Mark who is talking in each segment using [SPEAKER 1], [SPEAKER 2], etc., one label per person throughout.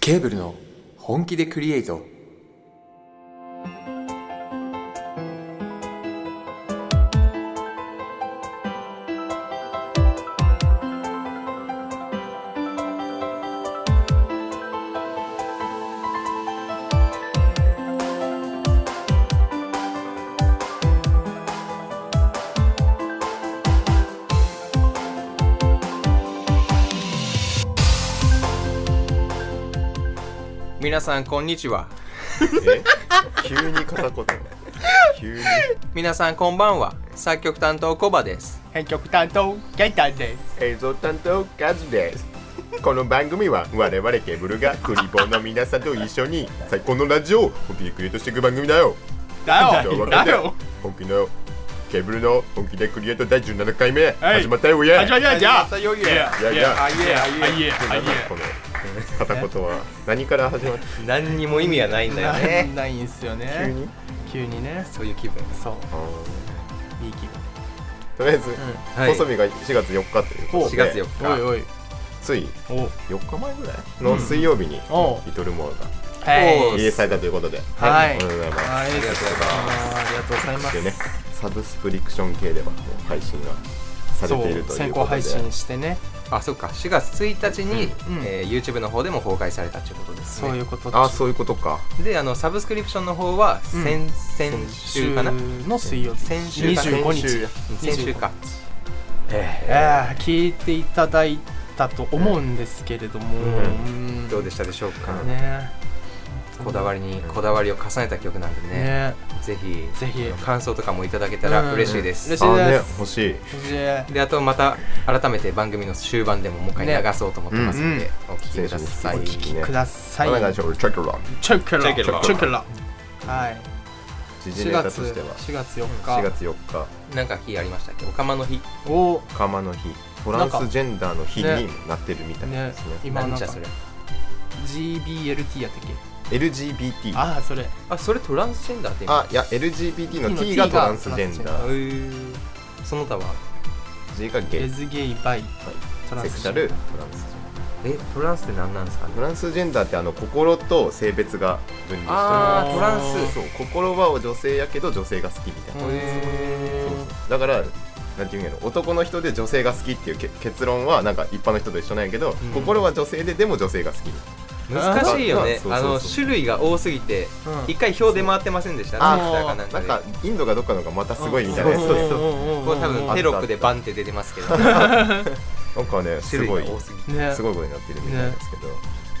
[SPEAKER 1] ケーブルの本気でクリエイト皆さんこんにちは
[SPEAKER 2] え急に片言急に
[SPEAKER 1] 皆さんこんばんは作曲担当コバです
[SPEAKER 3] 編曲担当ゲイタンです
[SPEAKER 2] 映像担当カズですこの番組は我々ケーブルがクリボーの皆さんと一緒に最高のラジオを本気でクリエイトしていく番組だよ
[SPEAKER 3] だ
[SPEAKER 2] という
[SPEAKER 3] よ
[SPEAKER 2] わけ
[SPEAKER 3] だ
[SPEAKER 2] で
[SPEAKER 3] よ
[SPEAKER 2] 本気のケーブルの本気でクリエイト第17回目
[SPEAKER 3] はい
[SPEAKER 2] 始まったよイエ
[SPEAKER 3] 始まりまじゃあ
[SPEAKER 1] またよい
[SPEAKER 3] いや
[SPEAKER 2] いやいや
[SPEAKER 1] あいえあ
[SPEAKER 3] あいえあい
[SPEAKER 2] この片言は何から始まった
[SPEAKER 1] 何にも意味はないんだよ
[SPEAKER 3] え
[SPEAKER 1] ね
[SPEAKER 3] ないんすよね
[SPEAKER 2] 急に
[SPEAKER 3] 急にね
[SPEAKER 1] そういう気分
[SPEAKER 3] そう
[SPEAKER 2] あ
[SPEAKER 3] いい気分
[SPEAKER 2] ーとりあえず
[SPEAKER 1] はい
[SPEAKER 2] 細見が4月4日ということ
[SPEAKER 1] 4
[SPEAKER 2] で
[SPEAKER 1] 月4日
[SPEAKER 3] おいおい
[SPEAKER 2] つい
[SPEAKER 3] お
[SPEAKER 2] 4日前ぐらいの水曜日に
[SPEAKER 3] お
[SPEAKER 2] リトルモーが
[SPEAKER 3] はい
[SPEAKER 1] お
[SPEAKER 2] リリースされたということで
[SPEAKER 3] はい
[SPEAKER 2] おめでとうございます
[SPEAKER 3] ありがとうございますありがとうございま
[SPEAKER 2] ですねサブスクリプション系ではもう配信がされ
[SPEAKER 3] そ
[SPEAKER 2] ていると
[SPEAKER 3] う
[SPEAKER 2] いう
[SPEAKER 3] 先
[SPEAKER 2] こと
[SPEAKER 3] 行
[SPEAKER 2] で
[SPEAKER 3] 配信してね
[SPEAKER 1] あそっか4月1日に、
[SPEAKER 3] うんうん
[SPEAKER 1] えー YouTube の方でも公開されたということですね
[SPEAKER 3] そういうこと
[SPEAKER 2] あそういうことか
[SPEAKER 1] であのサブスクリプションの方は
[SPEAKER 3] うん
[SPEAKER 1] 先,、先週かな
[SPEAKER 3] の水曜日
[SPEAKER 1] 先週か
[SPEAKER 3] 25
[SPEAKER 2] 先週
[SPEAKER 3] 日
[SPEAKER 1] 先週か
[SPEAKER 3] えー聞いていただいたと思うんですけれども
[SPEAKER 2] うん
[SPEAKER 3] うん
[SPEAKER 1] どうでしたでしょうか、
[SPEAKER 3] ね
[SPEAKER 1] こだわりにこだわりを重ねた曲なんでね
[SPEAKER 3] ね
[SPEAKER 1] ぜひ
[SPEAKER 3] ぜひ
[SPEAKER 1] 感想とかもいただけたら嬉しいです、
[SPEAKER 3] うん嬉し
[SPEAKER 2] あ
[SPEAKER 3] い
[SPEAKER 2] ね
[SPEAKER 3] です
[SPEAKER 2] 欲しい
[SPEAKER 3] で
[SPEAKER 1] であとまた改めて番組の終盤でももう一回
[SPEAKER 3] ね
[SPEAKER 1] 流そうと思ってますので、
[SPEAKER 3] うん
[SPEAKER 1] お聞きください、
[SPEAKER 2] お聞き
[SPEAKER 3] 聞きください
[SPEAKER 2] お願いしますチェックラ
[SPEAKER 3] チェックラ
[SPEAKER 1] チェックラ
[SPEAKER 3] チェックラはい
[SPEAKER 2] 時事
[SPEAKER 3] 4
[SPEAKER 2] ネタと
[SPEAKER 3] 月
[SPEAKER 2] しては
[SPEAKER 3] 4月4
[SPEAKER 2] 4
[SPEAKER 3] 日
[SPEAKER 2] 月4日
[SPEAKER 1] なんか日ありましたっけおかまの日
[SPEAKER 3] を
[SPEAKER 2] 釜の日トランスジェンダーの日
[SPEAKER 3] なん
[SPEAKER 2] に
[SPEAKER 3] か
[SPEAKER 2] なってるみたい
[SPEAKER 3] ね
[SPEAKER 2] ですね
[SPEAKER 3] 今
[SPEAKER 1] なん
[SPEAKER 3] なん
[SPEAKER 1] じ
[SPEAKER 3] か
[SPEAKER 1] ゃそれ
[SPEAKER 3] GBLT やったっけ
[SPEAKER 2] LGBT あ
[SPEAKER 3] ああそれ
[SPEAKER 1] あそれトランスジェンダーって
[SPEAKER 2] いや LGBT の T
[SPEAKER 3] T
[SPEAKER 2] が
[SPEAKER 3] が
[SPEAKER 2] トランスジェン
[SPEAKER 3] ト
[SPEAKER 2] ダ
[SPEAKER 3] ラ
[SPEAKER 1] う
[SPEAKER 2] ー
[SPEAKER 1] ーその他は
[SPEAKER 2] G がゲ
[SPEAKER 3] レ
[SPEAKER 2] イ
[SPEAKER 3] ズゲイバイトラ
[SPEAKER 2] セ
[SPEAKER 3] ン
[SPEAKER 2] ク
[SPEAKER 3] ス
[SPEAKER 2] シャルトランスジェン
[SPEAKER 1] えトランスって何なんですかね
[SPEAKER 2] ダートランスジェンダーってあの心と性別が分離して
[SPEAKER 1] あー
[SPEAKER 3] あー
[SPEAKER 1] トラン
[SPEAKER 2] る
[SPEAKER 1] ス
[SPEAKER 2] そう心は女性やけど女性が好きみたいな
[SPEAKER 3] うん
[SPEAKER 1] へー
[SPEAKER 2] だからなんていうんやろ男の人で女性が好きっていうけ結論はなんか一般の人と一緒なんやけど、
[SPEAKER 1] ん
[SPEAKER 2] 心は女性ででも女性が好き
[SPEAKER 1] 難しいよね
[SPEAKER 2] そうそうそう
[SPEAKER 1] あの種類が多すぎて
[SPEAKER 3] うん
[SPEAKER 1] 一回表で回ってませんでした
[SPEAKER 2] あ
[SPEAKER 1] ツイッターかなん
[SPEAKER 2] な
[SPEAKER 1] かで
[SPEAKER 2] んかインドがどっかのがまたすごいみたいな
[SPEAKER 3] そ
[SPEAKER 2] やつ
[SPEAKER 3] うそう
[SPEAKER 2] で
[SPEAKER 3] そう
[SPEAKER 1] これ多
[SPEAKER 3] うん
[SPEAKER 1] 分テロップでバンって出てますけど
[SPEAKER 2] なんかねす
[SPEAKER 1] 種
[SPEAKER 2] ごい
[SPEAKER 1] 類が多すぎて
[SPEAKER 3] ね
[SPEAKER 2] すごいことになってるみたいですけど、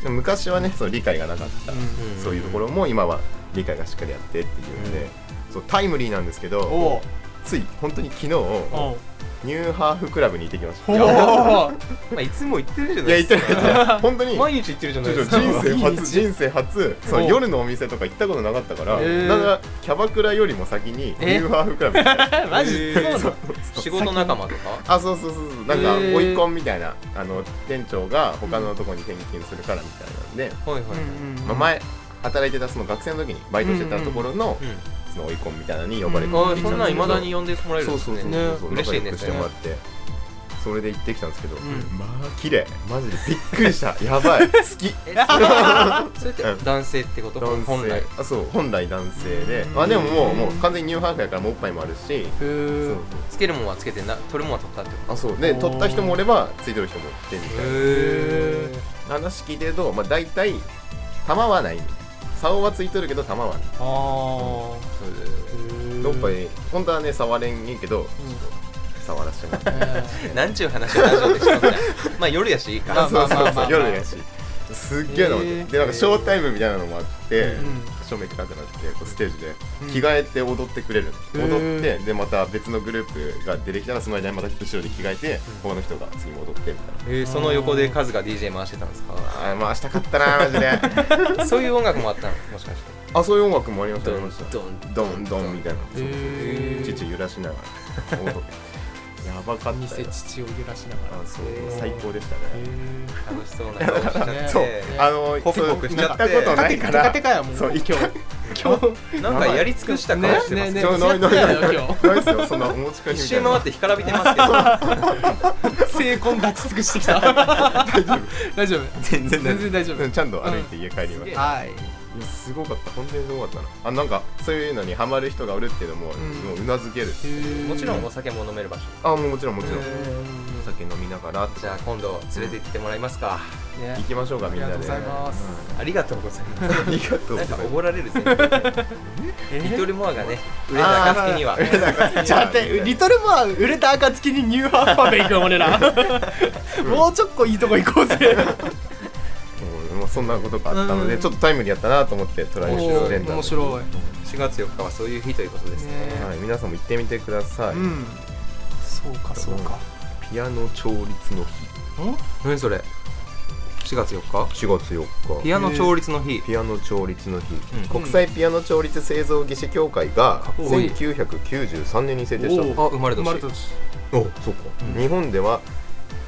[SPEAKER 2] でも昔はねその理解がなかった、
[SPEAKER 3] うん
[SPEAKER 1] ん
[SPEAKER 2] そういうところも今は理解がしっかりあってっていうんで、
[SPEAKER 1] うん
[SPEAKER 2] そうタイムリーなんですけど
[SPEAKER 3] おう
[SPEAKER 2] つい本当に昨日
[SPEAKER 3] おう
[SPEAKER 2] ニューハーフクラブに行ってきました。
[SPEAKER 3] お
[SPEAKER 2] いう
[SPEAKER 1] まあいつも言ってるじゃない
[SPEAKER 2] や
[SPEAKER 1] で
[SPEAKER 2] 行っ
[SPEAKER 1] すか
[SPEAKER 2] てない行ってない 本当に
[SPEAKER 1] 毎日言ってるじゃ
[SPEAKER 2] ち
[SPEAKER 1] ない
[SPEAKER 2] ょっ
[SPEAKER 1] で
[SPEAKER 2] と
[SPEAKER 1] すか
[SPEAKER 2] 人生
[SPEAKER 3] いい
[SPEAKER 2] 初
[SPEAKER 3] ね
[SPEAKER 2] 人生初そ
[SPEAKER 3] お
[SPEAKER 2] う
[SPEAKER 3] う
[SPEAKER 2] 夜のお店とか行ったことなかったから、
[SPEAKER 3] へー
[SPEAKER 2] だからキャバクラよりも先にニ
[SPEAKER 3] え
[SPEAKER 2] ューハーフクラブに行った
[SPEAKER 3] マジそうなの
[SPEAKER 1] 仕事仲間とか
[SPEAKER 2] あそうそうそうそうなんか
[SPEAKER 3] へー
[SPEAKER 2] 追い込みみたいなあの店長が他のとこに転勤するからみたいなんで、
[SPEAKER 1] はいはい
[SPEAKER 3] うん
[SPEAKER 2] まあ、前働いてたその学生の時にバイトしてたところの,、
[SPEAKER 1] う
[SPEAKER 2] その追い込みみたいなのに呼ばれて
[SPEAKER 1] ん
[SPEAKER 2] 行
[SPEAKER 1] あー
[SPEAKER 2] ってき
[SPEAKER 1] そん
[SPEAKER 2] たん
[SPEAKER 1] な
[SPEAKER 2] で
[SPEAKER 1] ん
[SPEAKER 2] すけど
[SPEAKER 1] 未だに呼んでもらえるん
[SPEAKER 2] そ
[SPEAKER 1] で
[SPEAKER 2] う
[SPEAKER 1] す
[SPEAKER 2] そうそう
[SPEAKER 1] ね
[SPEAKER 2] そうそう
[SPEAKER 1] 嬉しいね
[SPEAKER 2] 仲良くしてもらってそれで行ってきたんですけど、
[SPEAKER 3] ん
[SPEAKER 2] まあ綺麗マジでびっくりしたやばい好き
[SPEAKER 1] えそれはそれって男性ってこと
[SPEAKER 2] 男性
[SPEAKER 1] 本来
[SPEAKER 2] あそう本来男性で、
[SPEAKER 3] うん
[SPEAKER 2] まあでももうもう完全にニューハーフやからもうおっぱいもあるし、
[SPEAKER 3] ふ
[SPEAKER 2] そう
[SPEAKER 3] ー
[SPEAKER 2] そう
[SPEAKER 1] つけるもんはつけてな取るもんは取ったってこ
[SPEAKER 2] あそうで
[SPEAKER 3] おー
[SPEAKER 2] 取った人もおればついてる人もいてみ
[SPEAKER 1] と
[SPEAKER 2] たい
[SPEAKER 1] へ
[SPEAKER 3] ー
[SPEAKER 2] な話聞いてるとまあ大体玉はないみたいな竿はついとるけど玉はない
[SPEAKER 3] あ
[SPEAKER 2] それ
[SPEAKER 3] ーふ
[SPEAKER 2] で
[SPEAKER 3] ー
[SPEAKER 2] でおっぱい本当はね触れんねんけど、触らせてもらって
[SPEAKER 3] え
[SPEAKER 1] えなんちゅう話をラジオでしたみたいな まあ夜やしいいか
[SPEAKER 3] まあまあまあま
[SPEAKER 2] そ
[SPEAKER 3] あ
[SPEAKER 2] うそうそう夜やしすっげえな思って、
[SPEAKER 3] へー
[SPEAKER 2] でなんかショータイムみたいなのもあって、
[SPEAKER 3] うん
[SPEAKER 2] 照明暗くなってこうステージで
[SPEAKER 3] うん
[SPEAKER 2] 着替えて踊ってくれる、
[SPEAKER 3] ー
[SPEAKER 2] 踊ってでまた別のグループが出てきたらその間にまた後ろで着替えて他の人が次戻ってみたいな。
[SPEAKER 1] えーその横でカズが DJ 回してたんですか
[SPEAKER 2] あー回したかったなマジで
[SPEAKER 1] そういう音楽もあったのもしかして
[SPEAKER 2] あそういう音楽もありました
[SPEAKER 1] ド
[SPEAKER 2] あり
[SPEAKER 1] ン
[SPEAKER 2] まし
[SPEAKER 1] ド
[SPEAKER 2] た
[SPEAKER 1] ン
[SPEAKER 2] ドンドンみたいなそう
[SPEAKER 3] へー
[SPEAKER 2] 父揺らしなが ら踊ってやばかったよ
[SPEAKER 3] 店父を揺らしながら
[SPEAKER 2] あそう
[SPEAKER 1] へー
[SPEAKER 2] 最高でした
[SPEAKER 3] へ
[SPEAKER 2] ね
[SPEAKER 3] ー
[SPEAKER 1] 楽しそうな顔しちゃって
[SPEAKER 3] ね
[SPEAKER 2] そうあの
[SPEAKER 1] ホクホクしちゃって
[SPEAKER 2] そう行ったことないから
[SPEAKER 3] テカテカやもん
[SPEAKER 2] そう行った
[SPEAKER 3] 今日
[SPEAKER 1] なんかやり尽くした顔してます
[SPEAKER 3] ね
[SPEAKER 1] ね
[SPEAKER 2] そうないない
[SPEAKER 3] や
[SPEAKER 2] ないな
[SPEAKER 3] ばい
[SPEAKER 2] い
[SPEAKER 3] 今
[SPEAKER 2] っすよそんなお持ち帰り
[SPEAKER 1] 一
[SPEAKER 2] みたい
[SPEAKER 1] 周
[SPEAKER 2] な
[SPEAKER 1] 回って干からびてますけど
[SPEAKER 3] 成婚立ち尽くしてきた大丈夫大丈夫
[SPEAKER 1] 全然
[SPEAKER 3] 全然大丈夫
[SPEAKER 2] うんちゃんと歩いて家帰りました、
[SPEAKER 3] はい
[SPEAKER 2] いやすごかった本当にすごかったなあなんかそういうのにハマる人がおるっていうのも、
[SPEAKER 3] ん
[SPEAKER 2] もううなずける
[SPEAKER 1] もちろんお
[SPEAKER 3] お
[SPEAKER 1] 酒も飲める場所
[SPEAKER 2] あもうもちろんもちろんお酒飲みながら
[SPEAKER 1] じゃあ今度連れて行ってもらいますか
[SPEAKER 3] ね
[SPEAKER 2] 行きましょうか
[SPEAKER 3] あ
[SPEAKER 2] み
[SPEAKER 3] り
[SPEAKER 2] んな
[SPEAKER 3] が
[SPEAKER 2] で
[SPEAKER 3] とうございます
[SPEAKER 1] ありがとうございます
[SPEAKER 2] ありがとうご
[SPEAKER 1] なん
[SPEAKER 2] ざいま
[SPEAKER 1] か
[SPEAKER 2] す
[SPEAKER 1] お ごられる前提でリトルモアがね売れた暁には
[SPEAKER 3] ちょっと待ってリトルモア売れた暁にニューハーファベ行くよ俺らもうちょっこいいとこ行こうぜ
[SPEAKER 2] うんもうそんなことがあったので、
[SPEAKER 3] うん
[SPEAKER 2] ちょっとタイムリーやったなと思ってトライシュレンダー
[SPEAKER 3] 面白い
[SPEAKER 1] 4月4日はそういう日ということですね
[SPEAKER 3] ね
[SPEAKER 2] はい、皆さんも行ってみてください、
[SPEAKER 3] うんそうかそうか
[SPEAKER 2] ピアノ調律の
[SPEAKER 1] 何それ4月4日
[SPEAKER 2] 日4月4日
[SPEAKER 1] ピアノ調律の日
[SPEAKER 2] ピアノ調律の日、
[SPEAKER 1] うん
[SPEAKER 2] 国際ピアノ調律製造技師協会が
[SPEAKER 3] っこいい
[SPEAKER 2] 1993年に制定した
[SPEAKER 3] お
[SPEAKER 1] あ生まれ
[SPEAKER 3] 生
[SPEAKER 1] 年
[SPEAKER 3] まれた年
[SPEAKER 2] おそうか、
[SPEAKER 1] うん
[SPEAKER 2] 日本では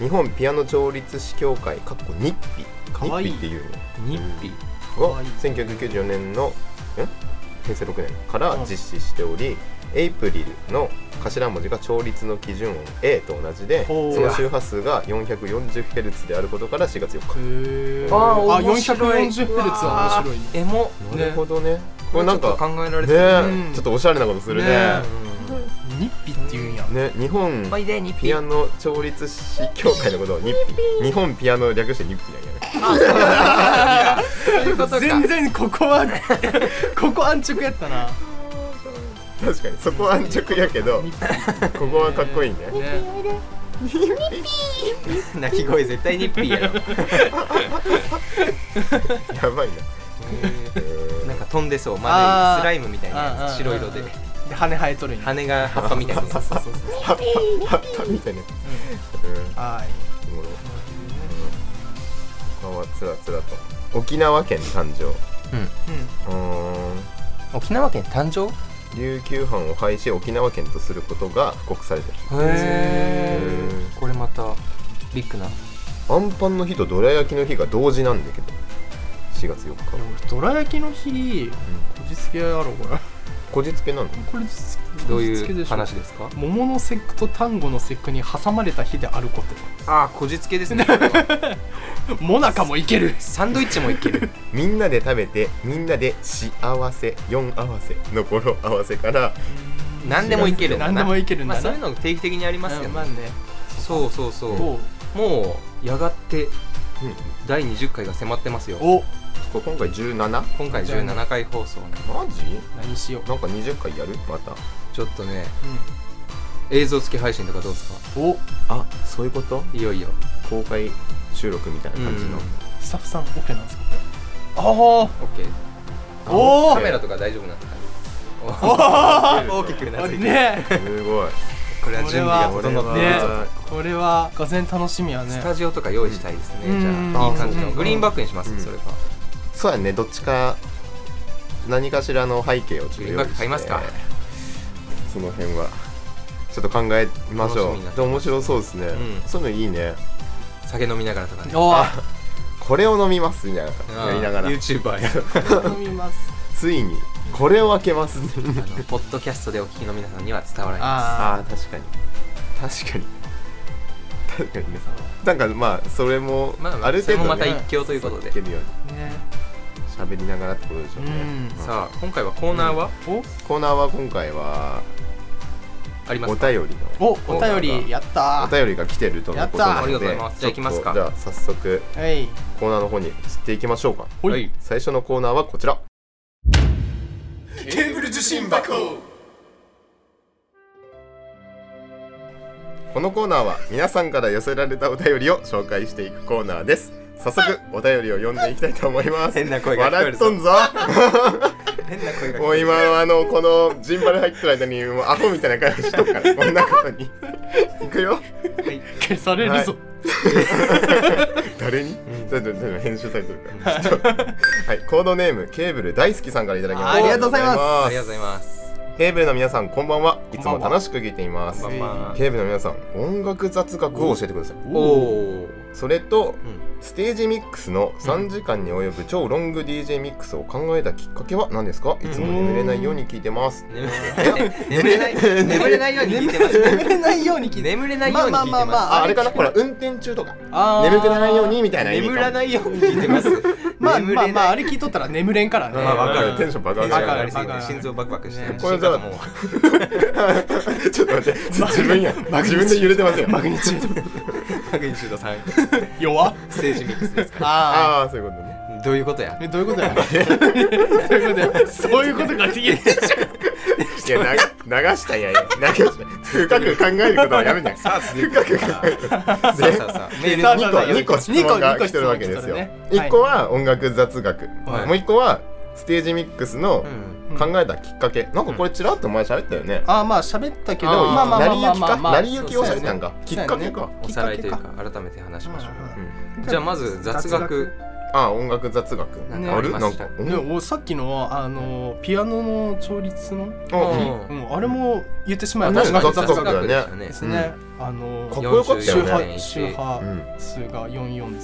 [SPEAKER 2] 日本ピアノ調律師協会かっこ日比
[SPEAKER 3] かわいい
[SPEAKER 2] 日比っていう
[SPEAKER 1] 日比
[SPEAKER 2] の
[SPEAKER 3] かわ
[SPEAKER 2] を
[SPEAKER 3] いい
[SPEAKER 2] 1994年のん平成6年から実施しておりエイプリルの頭文字が調律の基準音 A と同じでそ
[SPEAKER 3] ほう
[SPEAKER 2] の周波数が 440Hz であることから4月4日
[SPEAKER 3] へー
[SPEAKER 2] あー
[SPEAKER 3] あ
[SPEAKER 1] 面白い
[SPEAKER 3] 440Hz は面白いね
[SPEAKER 1] エモ
[SPEAKER 3] ね
[SPEAKER 2] なるほどね
[SPEAKER 1] こ
[SPEAKER 2] これ
[SPEAKER 1] れ
[SPEAKER 2] な
[SPEAKER 1] なんんか考
[SPEAKER 2] か
[SPEAKER 1] えられ
[SPEAKER 2] ね
[SPEAKER 1] てる
[SPEAKER 3] うん
[SPEAKER 2] ちょっとおしゃれなことするね
[SPEAKER 3] ね
[SPEAKER 1] うん
[SPEAKER 3] ニッピって言うんや
[SPEAKER 2] ね日本
[SPEAKER 1] おいで日比
[SPEAKER 2] ピアノ調律師協会のことを日比日本ピアノ略して日比なんやね
[SPEAKER 1] ということか
[SPEAKER 3] 全然ここは ここ安直やっ たな
[SPEAKER 2] 確かにそこは安直やけど
[SPEAKER 3] ニッ
[SPEAKER 2] ここはかっこいいね
[SPEAKER 3] ピね
[SPEAKER 1] 鳴き声絶対日比や ろ
[SPEAKER 2] やばいな、えー
[SPEAKER 1] なんか飛んでそう
[SPEAKER 3] あ
[SPEAKER 1] ま
[SPEAKER 3] ー
[SPEAKER 1] るいスライムみたいなや
[SPEAKER 3] うん
[SPEAKER 1] つ白色で
[SPEAKER 3] うんで羽生えとるんや
[SPEAKER 1] 羽が葉っぱみたいなやつ
[SPEAKER 3] そうそうそう
[SPEAKER 2] 葉っぱ葉っぱみたいなやつうん
[SPEAKER 3] はい
[SPEAKER 2] おもろ他はつらつらと沖縄県誕生う
[SPEAKER 3] う
[SPEAKER 2] ーん
[SPEAKER 1] 沖縄県誕生
[SPEAKER 2] 琉球藩を廃止沖縄県とすることが布告されてる
[SPEAKER 1] へ
[SPEAKER 2] へ
[SPEAKER 1] ーこれまたビッグな
[SPEAKER 2] あんパンの日とどら焼きの日が同時なんだけど4月4日
[SPEAKER 3] んいや俺どら焼きの日こじつけやろ これ
[SPEAKER 2] こじつけなの
[SPEAKER 3] これつ
[SPEAKER 1] どう
[SPEAKER 3] こじつ
[SPEAKER 1] い
[SPEAKER 3] け
[SPEAKER 1] う
[SPEAKER 3] でしょ
[SPEAKER 1] 話ですか
[SPEAKER 3] 桃の節句と端午の節句に挟まれた日であるこ
[SPEAKER 1] ああこじつけ ですねこれは
[SPEAKER 3] ともなかもいける
[SPEAKER 1] サンドイッチもいける
[SPEAKER 2] みんなで食べてみんなで幸せ4合わせの語呂合わせから
[SPEAKER 1] 何でもいけるんだな
[SPEAKER 3] 何でもいけるん
[SPEAKER 1] まあ
[SPEAKER 3] だ
[SPEAKER 1] そ
[SPEAKER 3] な
[SPEAKER 1] ういうの定期的にありますよね
[SPEAKER 3] うんまあね
[SPEAKER 1] そうそうそう
[SPEAKER 3] どう
[SPEAKER 1] もうやがて
[SPEAKER 2] うん
[SPEAKER 1] 第20回が迫ってますよ
[SPEAKER 3] お
[SPEAKER 2] これ今回 17?
[SPEAKER 1] 今回17回放送ね
[SPEAKER 2] マジ
[SPEAKER 3] 何しよう
[SPEAKER 2] なんか20回やるまた
[SPEAKER 1] ちょっとね映像付き配信とかどうですか
[SPEAKER 3] うんお
[SPEAKER 2] あそういうこと
[SPEAKER 1] いよいよ
[SPEAKER 2] 公開収録みたいな感じの、
[SPEAKER 1] うん
[SPEAKER 3] スタッフさん OK なんですかこ
[SPEAKER 1] OK
[SPEAKER 3] れああおお
[SPEAKER 1] カメラとか大丈夫なんですかね 大きくうなずいてる
[SPEAKER 3] ね
[SPEAKER 2] すごい
[SPEAKER 1] これは準備が
[SPEAKER 2] これ
[SPEAKER 1] 整ってる
[SPEAKER 2] は
[SPEAKER 3] ねこれはがぜん楽しみやね
[SPEAKER 1] スタジオとか用意したいですね、
[SPEAKER 3] うん
[SPEAKER 1] じゃあ
[SPEAKER 2] うん
[SPEAKER 1] いい感じ
[SPEAKER 3] う
[SPEAKER 1] の
[SPEAKER 3] ん
[SPEAKER 1] グリーンバックにします、
[SPEAKER 2] うん
[SPEAKER 1] それか
[SPEAKER 2] そうやねどっちか何かしらの背景をち
[SPEAKER 1] グ
[SPEAKER 2] ょっ
[SPEAKER 1] リーン
[SPEAKER 2] と用
[SPEAKER 1] バッ
[SPEAKER 2] 意
[SPEAKER 1] ク
[SPEAKER 2] して
[SPEAKER 1] 買いますか
[SPEAKER 2] その辺はちょっと考えまし
[SPEAKER 1] 楽
[SPEAKER 2] ょ
[SPEAKER 1] しみになっ
[SPEAKER 2] う
[SPEAKER 1] て
[SPEAKER 2] でも面白そうですね、
[SPEAKER 1] うん
[SPEAKER 2] そういうのいいね
[SPEAKER 1] 酒飲みながらとかね
[SPEAKER 3] おお
[SPEAKER 2] これを飲みますみたいな
[SPEAKER 1] あ
[SPEAKER 2] や
[SPEAKER 1] ー
[SPEAKER 2] りながら
[SPEAKER 1] YouTuber や
[SPEAKER 3] 飲みます
[SPEAKER 2] ついにこれを開けますね
[SPEAKER 1] あのポッドキャストでお聞きの皆さんには伝わらない
[SPEAKER 3] あ
[SPEAKER 2] あー確かに確かに確かにねなんかまあそれも
[SPEAKER 1] まあ、
[SPEAKER 2] ある
[SPEAKER 1] それ
[SPEAKER 2] 程
[SPEAKER 1] も
[SPEAKER 2] 度
[SPEAKER 1] また
[SPEAKER 2] ね
[SPEAKER 1] 一興ということで、
[SPEAKER 2] いけるように
[SPEAKER 3] あね
[SPEAKER 2] 喋りながらってことでしょうね、
[SPEAKER 3] うん
[SPEAKER 1] さあ今回はコーナーは、
[SPEAKER 3] お
[SPEAKER 2] コーナーは今回は
[SPEAKER 1] ありま
[SPEAKER 2] お
[SPEAKER 1] すか
[SPEAKER 2] 便りの
[SPEAKER 3] おお便りやった
[SPEAKER 2] お便りが来てるとのことなので
[SPEAKER 1] やったーありがとうございますじゃあ行きますか
[SPEAKER 2] ちょっとじゃあ早速
[SPEAKER 3] はい
[SPEAKER 2] コーナーの方に移っていきましょうか
[SPEAKER 3] ほい
[SPEAKER 1] はい
[SPEAKER 2] 最初のコーナーはこちら
[SPEAKER 3] ケーブル受信箱
[SPEAKER 2] このコーナーは皆さんから寄せられたお便りを紹介していくコーナーです早速お便りを読んでいきたいと思い ます
[SPEAKER 1] 変な声が聞こえ
[SPEAKER 2] 笑
[SPEAKER 1] る
[SPEAKER 2] っ
[SPEAKER 1] ぞ
[SPEAKER 2] とんぞ
[SPEAKER 1] 変な声が
[SPEAKER 2] もう今はあのこのジンバル入ってる間にもうアホみたいな会話しとくからこんなこと にいくよ
[SPEAKER 1] はい
[SPEAKER 3] 消されるぞ
[SPEAKER 2] 誰に、
[SPEAKER 1] ん
[SPEAKER 2] ちょっとちょっと編集されてるからちょっとはいコードネームケーブル大好きさんからいただきました
[SPEAKER 3] ありがとうございます
[SPEAKER 1] ありがとうございます
[SPEAKER 2] ケーブルの皆さんこんばんはいつ
[SPEAKER 3] こ
[SPEAKER 2] も
[SPEAKER 3] んばんは
[SPEAKER 2] 楽しく聞いています
[SPEAKER 1] こんばんは
[SPEAKER 2] ケーブルの皆さん音楽雑学を教えてください
[SPEAKER 1] おおー
[SPEAKER 2] それと
[SPEAKER 1] うん
[SPEAKER 2] ステージミックスの3時間に及ぶ超ロング DJ ミックスを考えたきっかけは何ですかいつも眠れないように聞いてます
[SPEAKER 1] 眠れ眠れない眠れないように聞いてます
[SPEAKER 3] 眠れないように聞いて
[SPEAKER 1] 眠れないように聞いて
[SPEAKER 3] まあまあまあま
[SPEAKER 1] ま
[SPEAKER 2] ああれかなほら運転中とか
[SPEAKER 3] あー
[SPEAKER 2] 眠くならないようにみたい
[SPEAKER 1] す
[SPEAKER 2] な意味
[SPEAKER 1] 眠ら
[SPEAKER 2] か
[SPEAKER 1] ないように聞いてます
[SPEAKER 3] まあ
[SPEAKER 1] 眠れ
[SPEAKER 3] ま
[SPEAKER 1] な
[SPEAKER 3] あ
[SPEAKER 1] い
[SPEAKER 3] まああれ聞いとったら眠れんからね、
[SPEAKER 1] まあわか
[SPEAKER 2] う
[SPEAKER 1] る
[SPEAKER 2] んテンション爆
[SPEAKER 1] テ
[SPEAKER 2] 上
[SPEAKER 1] ンシ
[SPEAKER 2] が
[SPEAKER 1] ョン上が
[SPEAKER 2] り
[SPEAKER 1] りすぎ
[SPEAKER 3] 爆上が
[SPEAKER 1] て
[SPEAKER 3] り
[SPEAKER 1] 心臓バクバクして
[SPEAKER 3] ね
[SPEAKER 2] これだ
[SPEAKER 1] 心臓もう
[SPEAKER 2] ちょっと待って自分や自分で揺れてますよ
[SPEAKER 3] マグニチュード
[SPEAKER 1] マグニチュード3
[SPEAKER 3] 弱っ
[SPEAKER 1] ステージミックスですか
[SPEAKER 3] ああ
[SPEAKER 2] ああそういうことね
[SPEAKER 1] どういうことや
[SPEAKER 3] えどういうことやどういうことやそういうことかって言って
[SPEAKER 2] いやな流したいやいや流したい深く考えることはやめない
[SPEAKER 1] さあ続いていくかさあさあさあメール
[SPEAKER 3] さあさ
[SPEAKER 2] 2
[SPEAKER 3] あ
[SPEAKER 2] 個
[SPEAKER 3] さあ
[SPEAKER 2] 2個質問が
[SPEAKER 3] 二個
[SPEAKER 2] 来てるわけですよ
[SPEAKER 3] 二個質問来てるねはい
[SPEAKER 2] 1個は音楽雑学
[SPEAKER 1] はい
[SPEAKER 2] もう1個はステージミックスの
[SPEAKER 1] うん
[SPEAKER 3] うん
[SPEAKER 2] 考えたきっかけなんかこれちらっと前喋ったよね
[SPEAKER 3] ああまあ喋ったけど
[SPEAKER 2] あー
[SPEAKER 3] まあまあまあまあまあまあ
[SPEAKER 2] 成り行きか成り行きを喋ったんか
[SPEAKER 3] そう
[SPEAKER 2] き
[SPEAKER 3] や
[SPEAKER 2] っ
[SPEAKER 3] ね
[SPEAKER 2] かけか
[SPEAKER 1] おさらいというか改めて話しましょう
[SPEAKER 3] うん
[SPEAKER 1] うんじゃあまず雑学
[SPEAKER 2] あー音楽雑学
[SPEAKER 1] なん
[SPEAKER 2] あ
[SPEAKER 3] かあ
[SPEAKER 1] り
[SPEAKER 2] る
[SPEAKER 1] ま
[SPEAKER 2] なん
[SPEAKER 1] した
[SPEAKER 2] か
[SPEAKER 1] っけ
[SPEAKER 2] 音
[SPEAKER 3] でもさっきのあのピアノの調律の、
[SPEAKER 2] あ
[SPEAKER 1] うん
[SPEAKER 3] うん、あれも言ってしまえ
[SPEAKER 2] あ
[SPEAKER 3] ば
[SPEAKER 2] 確かに
[SPEAKER 3] 音楽
[SPEAKER 2] 雑学だね
[SPEAKER 1] 雑学で
[SPEAKER 3] で
[SPEAKER 1] し
[SPEAKER 3] す
[SPEAKER 1] たね
[SPEAKER 3] ね、あの
[SPEAKER 2] かっこよかった
[SPEAKER 3] 周
[SPEAKER 2] よ
[SPEAKER 1] 44
[SPEAKER 2] ね
[SPEAKER 1] 年
[SPEAKER 3] 波周波数が440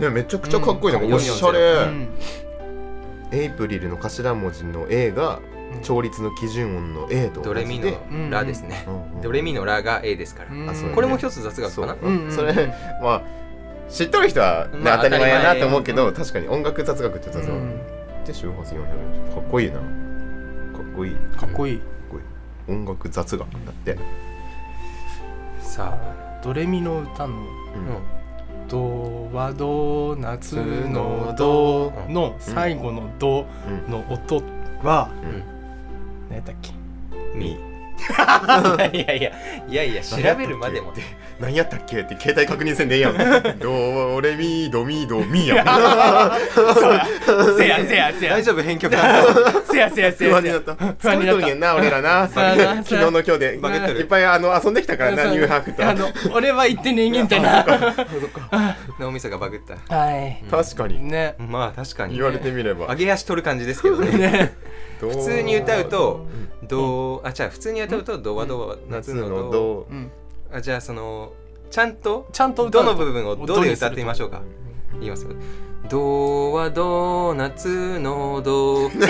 [SPEAKER 3] で、
[SPEAKER 2] ねめちゃくちゃかっこいいね
[SPEAKER 1] うん
[SPEAKER 2] おしゃ
[SPEAKER 3] う
[SPEAKER 2] れ
[SPEAKER 3] ん
[SPEAKER 2] エイプリルの頭文字の A が調律の基準音の A と
[SPEAKER 1] ド
[SPEAKER 2] 同
[SPEAKER 1] レミ
[SPEAKER 2] じで
[SPEAKER 1] のラですね
[SPEAKER 2] うんうん
[SPEAKER 1] ドレミのラが A ですから
[SPEAKER 3] うん
[SPEAKER 2] あそうやね
[SPEAKER 1] これも一つ雑学
[SPEAKER 2] そ
[SPEAKER 1] か
[SPEAKER 2] う
[SPEAKER 1] な
[SPEAKER 3] うん
[SPEAKER 2] それまあ知っとる人は、ね
[SPEAKER 1] まあ
[SPEAKER 2] 当たり前やなと思うけど、
[SPEAKER 3] 当
[SPEAKER 2] 確かに音楽雑学って雑学
[SPEAKER 3] う
[SPEAKER 2] で、
[SPEAKER 3] ん
[SPEAKER 2] 周波数400かっこいいなかっこいいか
[SPEAKER 3] かっこいい
[SPEAKER 2] っこいい音楽雑学だって、
[SPEAKER 1] さあ
[SPEAKER 3] ドレミの歌の
[SPEAKER 2] うん
[SPEAKER 3] 「ドはドーナツのド」の最後の「ド」の音は、
[SPEAKER 2] うん
[SPEAKER 3] 何やったっけ
[SPEAKER 1] みいや いやいやいや調べるまでも
[SPEAKER 2] 何やったっけって携帯確認せんでええや んドレミドミドミやん
[SPEAKER 3] せやせやせや
[SPEAKER 1] 大丈夫編曲あ
[SPEAKER 3] せやせやせ
[SPEAKER 2] 不
[SPEAKER 3] や
[SPEAKER 2] 安
[SPEAKER 3] せ
[SPEAKER 2] にな
[SPEAKER 3] や
[SPEAKER 2] った
[SPEAKER 3] 不安
[SPEAKER 2] 疲
[SPEAKER 3] に
[SPEAKER 2] れ
[SPEAKER 3] な
[SPEAKER 2] と
[SPEAKER 3] っ
[SPEAKER 2] ん
[SPEAKER 3] た
[SPEAKER 2] やんな俺らな
[SPEAKER 3] そうやな
[SPEAKER 2] 昨日の今日で
[SPEAKER 1] バケットル
[SPEAKER 2] いっぱいあの遊んできたからなニューハーフと
[SPEAKER 3] あの俺は行ってねえげんたな
[SPEAKER 1] 脳みそがバグった
[SPEAKER 3] はい
[SPEAKER 2] 確かに
[SPEAKER 3] ね
[SPEAKER 1] まあ確かに
[SPEAKER 2] 言われてみれば
[SPEAKER 1] 上げ足取る感じですけどね
[SPEAKER 3] ね
[SPEAKER 2] 普
[SPEAKER 1] 普通に歌うとドあじゃあ普通に歌うとドはドは夏
[SPEAKER 2] 夏
[SPEAKER 1] の
[SPEAKER 2] の
[SPEAKER 1] ド
[SPEAKER 2] ド
[SPEAKER 3] うん
[SPEAKER 1] あじゃあそのちゃんと
[SPEAKER 3] ちゃんと歌
[SPEAKER 1] ど
[SPEAKER 3] うと
[SPEAKER 1] の部分をどうで歌ってみましょうか言いますよドはドーナツのドレ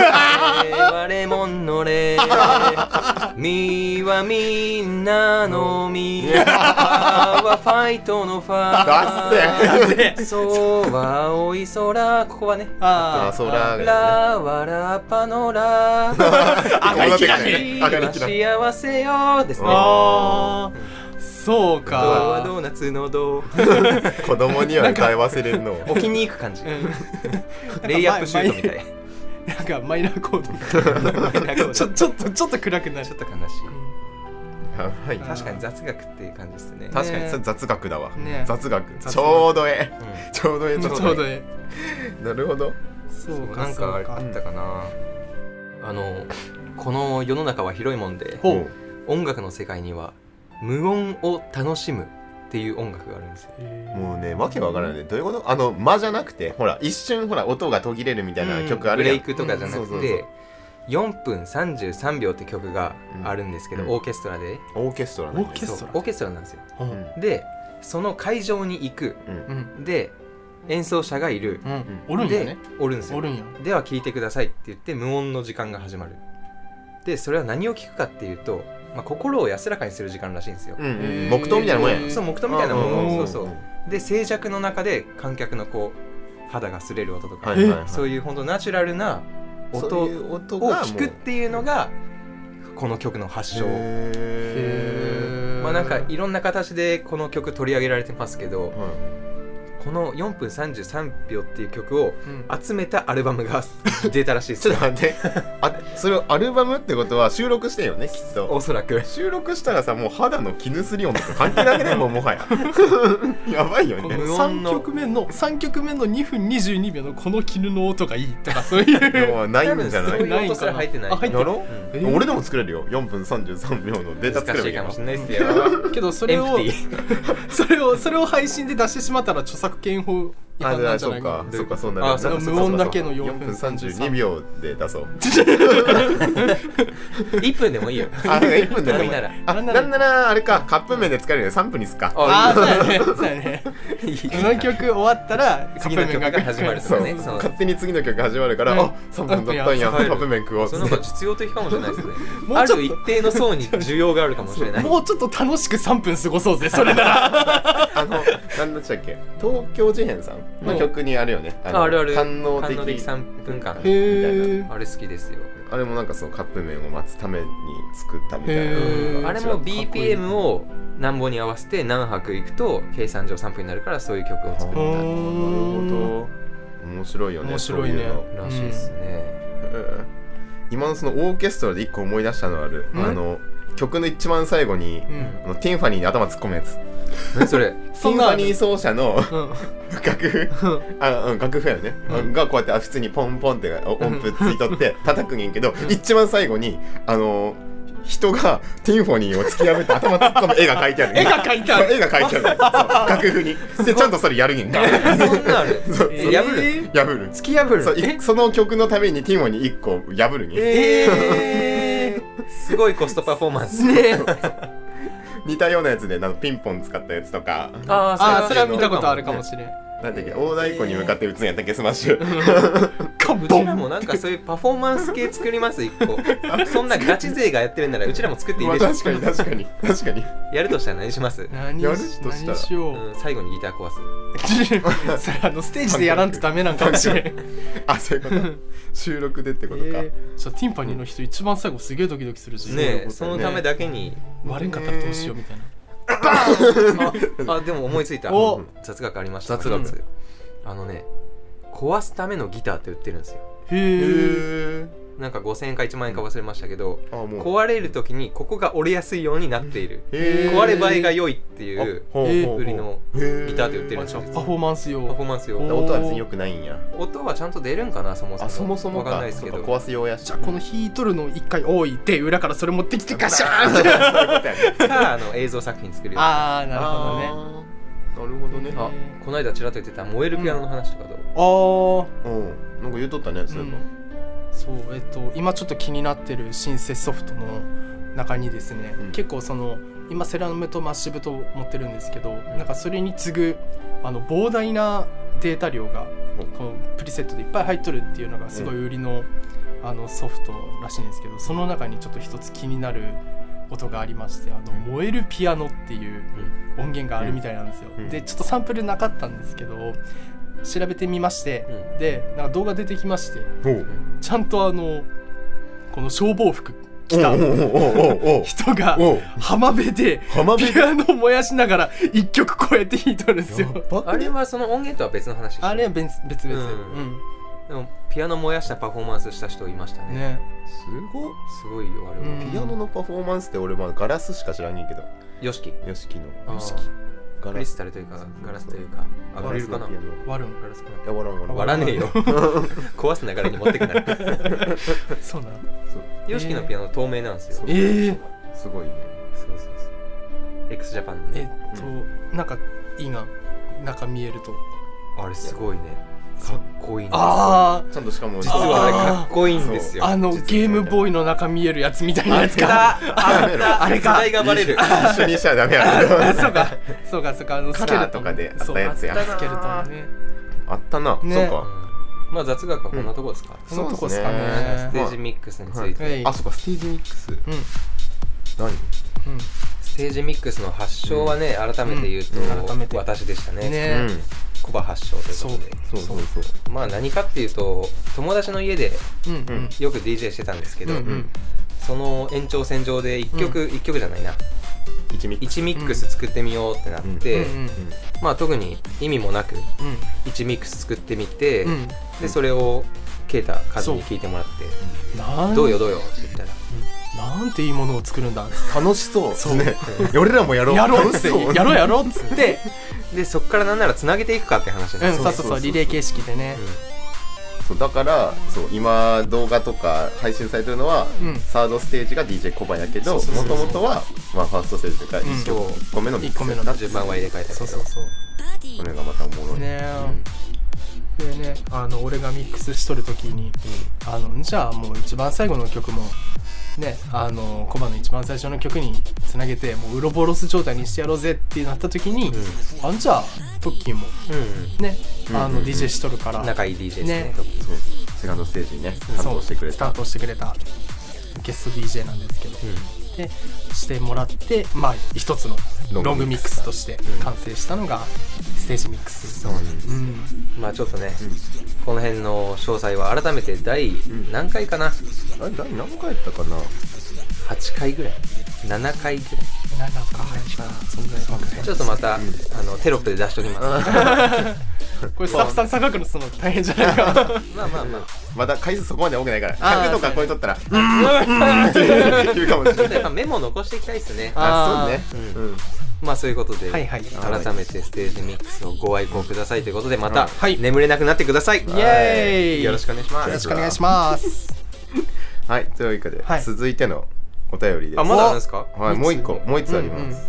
[SPEAKER 1] はレモンのレ ミはみんなのミファはファイトのフ
[SPEAKER 2] ダ
[SPEAKER 1] ァ
[SPEAKER 2] ッセ
[SPEAKER 1] ソは青い空ここはね
[SPEAKER 3] あ
[SPEAKER 2] あ
[SPEAKER 3] ー
[SPEAKER 2] そら
[SPEAKER 1] ラはラッパのラ
[SPEAKER 2] 赤いきらね赤いきらね
[SPEAKER 1] 幸せよですね。
[SPEAKER 3] あーそう
[SPEAKER 1] ドは
[SPEAKER 3] か
[SPEAKER 1] ドーナツのド
[SPEAKER 2] 子供には歌い忘れるの
[SPEAKER 1] 置きに行く感じ
[SPEAKER 3] う。ん
[SPEAKER 1] レイアップシュートみたい。
[SPEAKER 3] なんかマイナー コードち
[SPEAKER 1] ちょ
[SPEAKER 3] ょちょっとちょっと暗くなる
[SPEAKER 1] ちょっと悲しい。
[SPEAKER 2] やばい
[SPEAKER 1] 確かに雑学っていう感じですね。
[SPEAKER 2] 確かにそれ雑学だわ、
[SPEAKER 3] ね
[SPEAKER 2] 雑学
[SPEAKER 3] 雑学
[SPEAKER 2] ちょうどええ
[SPEAKER 1] う
[SPEAKER 2] ちょうどええ
[SPEAKER 3] うん
[SPEAKER 2] ち
[SPEAKER 3] ちょ
[SPEAKER 2] ょ
[SPEAKER 3] う
[SPEAKER 2] う
[SPEAKER 3] ど
[SPEAKER 2] どえ
[SPEAKER 3] え
[SPEAKER 2] えなるほど
[SPEAKER 3] えそ
[SPEAKER 1] ん
[SPEAKER 3] うか
[SPEAKER 1] なん
[SPEAKER 3] そ
[SPEAKER 1] か
[SPEAKER 3] うか
[SPEAKER 1] あったかな。あのこの世の中は広いもんで、
[SPEAKER 3] ほう
[SPEAKER 1] 音楽の世界には無音を楽しむっていう音楽があるんですよ。
[SPEAKER 2] もうねわけわからないねどういうことあの間じゃなくてほら一瞬ほら音が途切れるみたいな曲あ
[SPEAKER 1] ブ
[SPEAKER 2] るや
[SPEAKER 1] レ
[SPEAKER 2] ん、
[SPEAKER 1] イクとかじゃな
[SPEAKER 2] うんそ
[SPEAKER 1] く
[SPEAKER 2] うそうそう
[SPEAKER 1] て。4分33秒って曲があるんですけど、
[SPEAKER 2] うん
[SPEAKER 1] オーケストラで
[SPEAKER 2] オーケストラなんだよ
[SPEAKER 3] オーケストラ
[SPEAKER 1] そうオーケストラなんですよ
[SPEAKER 3] う
[SPEAKER 2] うんん
[SPEAKER 1] でその会場に行く
[SPEAKER 3] うん
[SPEAKER 1] で演奏者がいる
[SPEAKER 3] うんおるんやね
[SPEAKER 1] でおるんです
[SPEAKER 3] お
[SPEAKER 1] よ
[SPEAKER 3] るんや
[SPEAKER 1] では聴いてくださいって言って無音の時間が始まるでそれは何を聞くかっていうと、まあ、心を安らかにする時間らしいんですよ、
[SPEAKER 2] うんうん
[SPEAKER 3] へー
[SPEAKER 2] 黙祷みたいなもんや
[SPEAKER 3] うん
[SPEAKER 1] そう黙祷みたいなも
[SPEAKER 3] うん
[SPEAKER 1] のそう
[SPEAKER 2] う
[SPEAKER 1] そ
[SPEAKER 2] ん
[SPEAKER 1] うで静寂の中で観客のこう肌が擦れる音とか、
[SPEAKER 2] はいはいはい
[SPEAKER 1] そういうほんとナチュラルな音
[SPEAKER 2] そう
[SPEAKER 1] を
[SPEAKER 2] いう音が
[SPEAKER 1] 聞くっていうのがこの曲の発祥
[SPEAKER 2] へ
[SPEAKER 1] まあなんかいろんな形でこの曲取り上げられてますけど
[SPEAKER 2] ーはい
[SPEAKER 1] この4分33秒っていう曲を
[SPEAKER 3] うん
[SPEAKER 1] 集めたアルバムが出たらしいで
[SPEAKER 2] ち
[SPEAKER 1] す
[SPEAKER 2] ょっ
[SPEAKER 1] よ
[SPEAKER 2] と待ってあそれをアルバムってことは収録してんよねきっ
[SPEAKER 1] お
[SPEAKER 2] と
[SPEAKER 1] そらく
[SPEAKER 2] 収録したらさもう肌の絹すり音とか関係なくねもうもはや やばいよ
[SPEAKER 3] こ
[SPEAKER 2] ね
[SPEAKER 3] の
[SPEAKER 1] 無
[SPEAKER 3] 三
[SPEAKER 1] 音の
[SPEAKER 3] 曲目の三曲目の2分22秒のこの絹の音がいいとかそ ういう
[SPEAKER 2] もうないんじゃ
[SPEAKER 1] 多
[SPEAKER 2] な
[SPEAKER 1] 分そう
[SPEAKER 2] い
[SPEAKER 1] いう音すら入ってない
[SPEAKER 3] あ入って
[SPEAKER 2] やろ、
[SPEAKER 1] うん
[SPEAKER 3] えー
[SPEAKER 2] 俺でも作れるよ4分33秒のデータ
[SPEAKER 1] 難
[SPEAKER 2] 作
[SPEAKER 1] し
[SPEAKER 2] れ
[SPEAKER 1] いか
[SPEAKER 2] ばい
[SPEAKER 1] も
[SPEAKER 2] い
[SPEAKER 1] し
[SPEAKER 2] よ
[SPEAKER 1] れないですよ。
[SPEAKER 3] けどそ
[SPEAKER 1] エ
[SPEAKER 3] れ
[SPEAKER 1] ンプ
[SPEAKER 3] を
[SPEAKER 1] ティ
[SPEAKER 3] それをそれを配信で出してしまったら著作権法違
[SPEAKER 2] あ
[SPEAKER 3] 反なんじゃ
[SPEAKER 2] そ
[SPEAKER 3] な
[SPEAKER 2] う
[SPEAKER 3] いか
[SPEAKER 2] かそうかそう
[SPEAKER 1] あ
[SPEAKER 2] な
[SPEAKER 1] そう
[SPEAKER 3] か無音だけの4分
[SPEAKER 2] 三十
[SPEAKER 3] 33
[SPEAKER 2] 二秒で出そう
[SPEAKER 1] 一分 でもい いよ。
[SPEAKER 2] あそうか1分
[SPEAKER 1] で
[SPEAKER 2] でも
[SPEAKER 1] も
[SPEAKER 2] い
[SPEAKER 1] い
[SPEAKER 2] い
[SPEAKER 1] いなら。
[SPEAKER 2] あなんならあれかカップ麺で使えるよね3分にすっか
[SPEAKER 3] ああそう
[SPEAKER 1] い
[SPEAKER 3] やねそうやね
[SPEAKER 1] いよ。
[SPEAKER 3] この曲終わったら
[SPEAKER 1] 次の曲が始まる
[SPEAKER 3] カ
[SPEAKER 1] そ
[SPEAKER 2] そうう
[SPEAKER 1] ねそう
[SPEAKER 2] 勝手に次の曲始まるから、
[SPEAKER 3] うん
[SPEAKER 2] あ3分だったんや
[SPEAKER 1] うん
[SPEAKER 2] カップ麺食おうっ
[SPEAKER 1] そ
[SPEAKER 2] つ
[SPEAKER 1] の
[SPEAKER 2] っ
[SPEAKER 1] 方
[SPEAKER 2] て
[SPEAKER 1] が実用的かもしれないですね。
[SPEAKER 3] も
[SPEAKER 1] あ
[SPEAKER 3] うちょっ
[SPEAKER 1] る
[SPEAKER 3] と
[SPEAKER 1] 一定の層に需要があるかもしれ
[SPEAKER 3] ップ
[SPEAKER 1] な
[SPEAKER 3] 麺
[SPEAKER 1] い。
[SPEAKER 3] もうちょっと楽しく3分過ごそ うぜそれなら
[SPEAKER 2] あの何だったっけ東京事変さんの曲にあるよね、の
[SPEAKER 1] ああるある。
[SPEAKER 2] 官能的
[SPEAKER 1] 3分間。
[SPEAKER 3] へえ
[SPEAKER 1] あれ好きですよ。
[SPEAKER 2] あれもなんかそのカップ麺を待つために作ったみたいな
[SPEAKER 3] へー
[SPEAKER 1] あれ
[SPEAKER 2] かっ
[SPEAKER 1] も
[SPEAKER 2] こいい
[SPEAKER 1] BPM を何本に合わせて何拍いくと計算上3分になるからそういう曲を作る
[SPEAKER 2] なる
[SPEAKER 3] ほ
[SPEAKER 2] ほど面白いよね
[SPEAKER 3] 面白い
[SPEAKER 2] そう
[SPEAKER 3] ね
[SPEAKER 2] うの
[SPEAKER 1] らしいですね。
[SPEAKER 2] うん今のそのオーケストラで一個思い出したのある、
[SPEAKER 3] うん
[SPEAKER 2] あの曲の一番最後に、
[SPEAKER 3] うん
[SPEAKER 2] あのティンファニーに頭突っ込むやつ
[SPEAKER 1] 何それ
[SPEAKER 3] そん
[SPEAKER 2] ティン
[SPEAKER 3] な
[SPEAKER 2] ファニー奏者の
[SPEAKER 3] うん
[SPEAKER 2] 楽譜あ、うん、楽譜やよね、
[SPEAKER 3] うん
[SPEAKER 2] がこうやってあ普通にポンポンってお音符ついと って叩くんやけど、一番最後にあの人がティンフォニーを突き破って頭突っ込む絵が描いてある
[SPEAKER 3] 絵が描いてある
[SPEAKER 2] 絵が描いてあるそ う楽譜にでちゃんとそれやるんやんか
[SPEAKER 1] そんなある
[SPEAKER 2] そう
[SPEAKER 1] え破る
[SPEAKER 2] 破る
[SPEAKER 1] 突き破る
[SPEAKER 2] そういその曲のためにティンフォニー1個破るんや、
[SPEAKER 1] えー、すごいコストパフォーマンス。
[SPEAKER 3] ね
[SPEAKER 2] 似たようなやつでなんかピンポン使ったやつとか
[SPEAKER 1] あ
[SPEAKER 3] あ
[SPEAKER 1] ー
[SPEAKER 3] あそれは見たことあるかもしれん
[SPEAKER 2] なんだっけ大太鼓に向かって打つんやったっけスマッシュ
[SPEAKER 3] カ
[SPEAKER 1] う
[SPEAKER 3] ンボ
[SPEAKER 1] ち
[SPEAKER 3] ン
[SPEAKER 1] らもなんかそういうパフォーマンス系作ります一 個そんなガチ勢がやってるならうちらも作っていい
[SPEAKER 2] まあ
[SPEAKER 1] でしょ
[SPEAKER 2] 確かに確かに確かに
[SPEAKER 1] やるとしたら何します、
[SPEAKER 3] 何
[SPEAKER 2] やる
[SPEAKER 3] し
[SPEAKER 2] としたら
[SPEAKER 3] 何しよ
[SPEAKER 1] う、
[SPEAKER 3] うん
[SPEAKER 1] 最後にギター壊す
[SPEAKER 3] それあのステージでやらんとダメなんかもしれん
[SPEAKER 2] あそういうこと 収録でってことか、
[SPEAKER 3] えーじゃあティンパニーの人一番最後すげえドキドキするし
[SPEAKER 1] ねえ
[SPEAKER 2] そ
[SPEAKER 1] そう
[SPEAKER 2] いうことだよね
[SPEAKER 1] のためだけに
[SPEAKER 3] 割れんかったらどうしようみたいな
[SPEAKER 1] ああでも思いついた
[SPEAKER 3] お
[SPEAKER 1] 雑学ありました
[SPEAKER 2] 雑
[SPEAKER 3] 学
[SPEAKER 1] 一つあのね壊すためのギターって売ってるんですよ
[SPEAKER 3] へえ
[SPEAKER 2] へえ
[SPEAKER 1] なんか5000円か1万円か忘れましたけど
[SPEAKER 2] あもう
[SPEAKER 1] 壊れる時にここが折れやすいようになっている
[SPEAKER 2] へー
[SPEAKER 1] 壊れ映えが良いっていう
[SPEAKER 2] あほうほうほう
[SPEAKER 1] 売りのギターで売ってる
[SPEAKER 3] あ
[SPEAKER 1] んです
[SPEAKER 3] じゃ
[SPEAKER 1] よ
[SPEAKER 3] あパフォーマンス
[SPEAKER 1] パフォ
[SPEAKER 3] 用
[SPEAKER 1] ーマンス
[SPEAKER 3] お
[SPEAKER 1] 用
[SPEAKER 2] 音は別に良くないんや
[SPEAKER 1] 音はちゃんと出るんかなそもそも
[SPEAKER 2] あそもそも
[SPEAKER 1] わ
[SPEAKER 2] か
[SPEAKER 1] かんないですけど
[SPEAKER 2] そうか壊すようやし
[SPEAKER 3] じゃあこの弾いとるの一回多いで裏からそれ持ってきてガシャーン っ
[SPEAKER 2] そう
[SPEAKER 3] て
[SPEAKER 2] いうことやね
[SPEAKER 1] かあの映像作品作るよ
[SPEAKER 3] ああなるほ
[SPEAKER 2] あーなるほど
[SPEAKER 3] どね
[SPEAKER 2] ね
[SPEAKER 1] あこの間ちらっと言ってた燃えるピアノの話とかどう、
[SPEAKER 3] あー
[SPEAKER 2] うんなんか言うとったねそういえば
[SPEAKER 3] そうえっと今ちょっと気になってるシンセソフトの中にですね、
[SPEAKER 2] うん
[SPEAKER 3] 結構その今セラムとマッシブと持ってるんですけど、なんかそれに次ぐあの膨大なデータ量が
[SPEAKER 2] お
[SPEAKER 3] このプリセットでいっぱい入っとるっていうのがすごい売りの,、あのソフトらしいんですけどその中にちょっと一つ気になる音がありましてあの
[SPEAKER 1] うん
[SPEAKER 3] 燃えるピアノっていう音源があるみたいなんですよ、
[SPEAKER 2] うん
[SPEAKER 3] でちょっとサンプルなかったんですけど調べてみまして、
[SPEAKER 1] う
[SPEAKER 3] でなんか動画出てきまして
[SPEAKER 2] おう
[SPEAKER 3] ちゃんとあのこの消防服着
[SPEAKER 2] お
[SPEAKER 3] た
[SPEAKER 2] うおうおうおう
[SPEAKER 3] 人が
[SPEAKER 2] おうおう
[SPEAKER 3] 浜辺で
[SPEAKER 2] 浜辺
[SPEAKER 3] ピアノを燃やしながら一曲こうやって弾いとるんですよ。
[SPEAKER 1] あれはその音源とは別の話でしょ
[SPEAKER 3] あれは別別々、
[SPEAKER 1] うんでもピアノ燃やしたパフォーマンスした人いました
[SPEAKER 3] う
[SPEAKER 1] ね
[SPEAKER 3] んね
[SPEAKER 2] すごっ
[SPEAKER 1] すごいよあれは、
[SPEAKER 3] うん
[SPEAKER 2] ピアノのパフォーマンスって俺まあガラスしか知らんねんけど
[SPEAKER 1] よしき
[SPEAKER 2] ヨシキの
[SPEAKER 1] よしき
[SPEAKER 2] ガ
[SPEAKER 1] クリスタルというかガラスというかあ
[SPEAKER 2] ガ
[SPEAKER 1] グ
[SPEAKER 2] ラ
[SPEAKER 1] リ
[SPEAKER 2] ス
[SPEAKER 1] ルか
[SPEAKER 2] の
[SPEAKER 1] な
[SPEAKER 2] ピアノ
[SPEAKER 3] 割るん
[SPEAKER 1] ガラスか
[SPEAKER 2] いや笑わん
[SPEAKER 1] な
[SPEAKER 2] 笑わ
[SPEAKER 1] 割
[SPEAKER 2] ん
[SPEAKER 1] らねえよ壊す流れに持ってくなる
[SPEAKER 3] そうなの
[SPEAKER 1] よしきのピアノ透明なんですよ
[SPEAKER 2] そう
[SPEAKER 3] ええ
[SPEAKER 2] すごいね
[SPEAKER 1] そうそうそう x ジャパンの
[SPEAKER 3] え
[SPEAKER 1] ね
[SPEAKER 3] っと、なんかいいな中見えると
[SPEAKER 1] あれすごいねかっこいいんですよ
[SPEAKER 3] ああ
[SPEAKER 2] ちゃんとしかも
[SPEAKER 1] 実はあれかっこいいんですよ
[SPEAKER 3] あのゲームボーイの中見えるやつみたいなやつか
[SPEAKER 1] あ
[SPEAKER 2] やめろ
[SPEAKER 3] あれか
[SPEAKER 1] 世代がバレる
[SPEAKER 2] 一緒にしちゃダメやろ
[SPEAKER 3] そうかそうかそうかあの
[SPEAKER 2] カラーとかであったやつや
[SPEAKER 3] そうスケルトンね
[SPEAKER 2] あったなそう
[SPEAKER 3] ね
[SPEAKER 2] か
[SPEAKER 1] うんまあ雑学はこんなとこですか、
[SPEAKER 3] そのとこっす
[SPEAKER 2] そ
[SPEAKER 3] か
[SPEAKER 2] うっす
[SPEAKER 1] ス
[SPEAKER 3] ね
[SPEAKER 1] テージミックスについて、
[SPEAKER 3] はいはい
[SPEAKER 2] あそうかステージミックス
[SPEAKER 3] うん
[SPEAKER 2] 何
[SPEAKER 3] うん
[SPEAKER 1] ステージミックスの発祥はね、改めて言うと、
[SPEAKER 3] うん改めて
[SPEAKER 1] 私でしたね
[SPEAKER 3] ね
[SPEAKER 2] うん
[SPEAKER 1] コバ発祥ということで
[SPEAKER 2] そうそうそう
[SPEAKER 1] まあ何かっていうと友達の家で
[SPEAKER 3] うんうん
[SPEAKER 1] よく DJ してたんですけ
[SPEAKER 3] う
[SPEAKER 1] ど、
[SPEAKER 3] んうん
[SPEAKER 1] その延長線上で1曲、一曲じゃないな
[SPEAKER 2] 一ミックス
[SPEAKER 1] 1ミックス作ってみようってなって、
[SPEAKER 3] うんうん
[SPEAKER 1] まあ特に意味もなく
[SPEAKER 3] うん
[SPEAKER 1] 1ミックス作ってみて、
[SPEAKER 3] うん
[SPEAKER 1] でそれをケイタカズに聞いてもらって「
[SPEAKER 3] なん
[SPEAKER 1] どうよどうよ」って言ったら
[SPEAKER 3] なんていいものを作るんだ
[SPEAKER 2] 楽しそうそうね 俺らもやろう
[SPEAKER 3] やろう
[SPEAKER 2] 楽
[SPEAKER 3] っ
[SPEAKER 2] してそう
[SPEAKER 3] やろうやろうっつって
[SPEAKER 1] でそっからなんならつなげていくかって話に
[SPEAKER 3] う
[SPEAKER 1] なんって、
[SPEAKER 3] そうそうそうリレー形式でね
[SPEAKER 2] そうだからそう今動画とか配信されてるのは、
[SPEAKER 3] うん
[SPEAKER 2] サードステージが DJ コバやけども
[SPEAKER 3] そうそう
[SPEAKER 2] と
[SPEAKER 3] そう
[SPEAKER 2] もとは、まあ、ファーストステージというか
[SPEAKER 3] ん
[SPEAKER 2] 1個目のミックス
[SPEAKER 3] 一個目の
[SPEAKER 1] うん順番は入れ替えたけど
[SPEAKER 3] そうそうそ
[SPEAKER 2] これがまたおもろ
[SPEAKER 3] う
[SPEAKER 2] い、
[SPEAKER 3] ねえ
[SPEAKER 1] うん
[SPEAKER 3] でねあの俺がミックスしとる時に、あのじゃあもう一番最後の曲もねあのコバの一番最初の曲につなげてもうウロボロス状態にしてやろうぜってなった時に、あんじゃあトッキーもね、あの DJ しとるから
[SPEAKER 1] 仲いい DJ ですね
[SPEAKER 3] ね
[SPEAKER 1] と
[SPEAKER 2] そうセカンドステージにね担
[SPEAKER 3] そう
[SPEAKER 2] 当してくれた
[SPEAKER 3] 担当してくれたゲスト DJ なんですけど、でしてもらってまあ一つの
[SPEAKER 2] ロングミックス
[SPEAKER 3] ロングミックスとして完成したのがステージミックス、
[SPEAKER 1] そうなんです
[SPEAKER 3] うん、
[SPEAKER 1] まあちょっとね、この辺の詳細は改めて第何回かな、
[SPEAKER 2] あれ第何回やったかな
[SPEAKER 1] 8回ぐらい7回ぐらい
[SPEAKER 3] なんかそんぐらい
[SPEAKER 1] ちょっとまた、あのテロップで出しときます、
[SPEAKER 3] これスタッフさんさばくのその大変じゃ ないか
[SPEAKER 1] まあまあまあ
[SPEAKER 2] まだ回数そこまで多くないから
[SPEAKER 3] あ
[SPEAKER 2] 100
[SPEAKER 3] ー
[SPEAKER 2] とか超えとったら「うんうん」って言うかもし
[SPEAKER 1] ちょっと
[SPEAKER 2] れな い
[SPEAKER 1] やっぱメモ残していきたいですね
[SPEAKER 2] あそうね
[SPEAKER 1] ー
[SPEAKER 2] うん
[SPEAKER 1] まあそういうことで、
[SPEAKER 3] はいはい
[SPEAKER 1] 改めてステージミックスをご愛顧くださいということでまた、
[SPEAKER 3] はい
[SPEAKER 1] 眠れなくなってくださいイ
[SPEAKER 3] イエーイ
[SPEAKER 1] よろしくお願いします
[SPEAKER 2] よろしくお
[SPEAKER 3] お願いします
[SPEAKER 2] はいというわけで
[SPEAKER 3] はい
[SPEAKER 2] 続いてのお便りです
[SPEAKER 1] あまだあるんですか
[SPEAKER 2] はいもう一個もう一つあります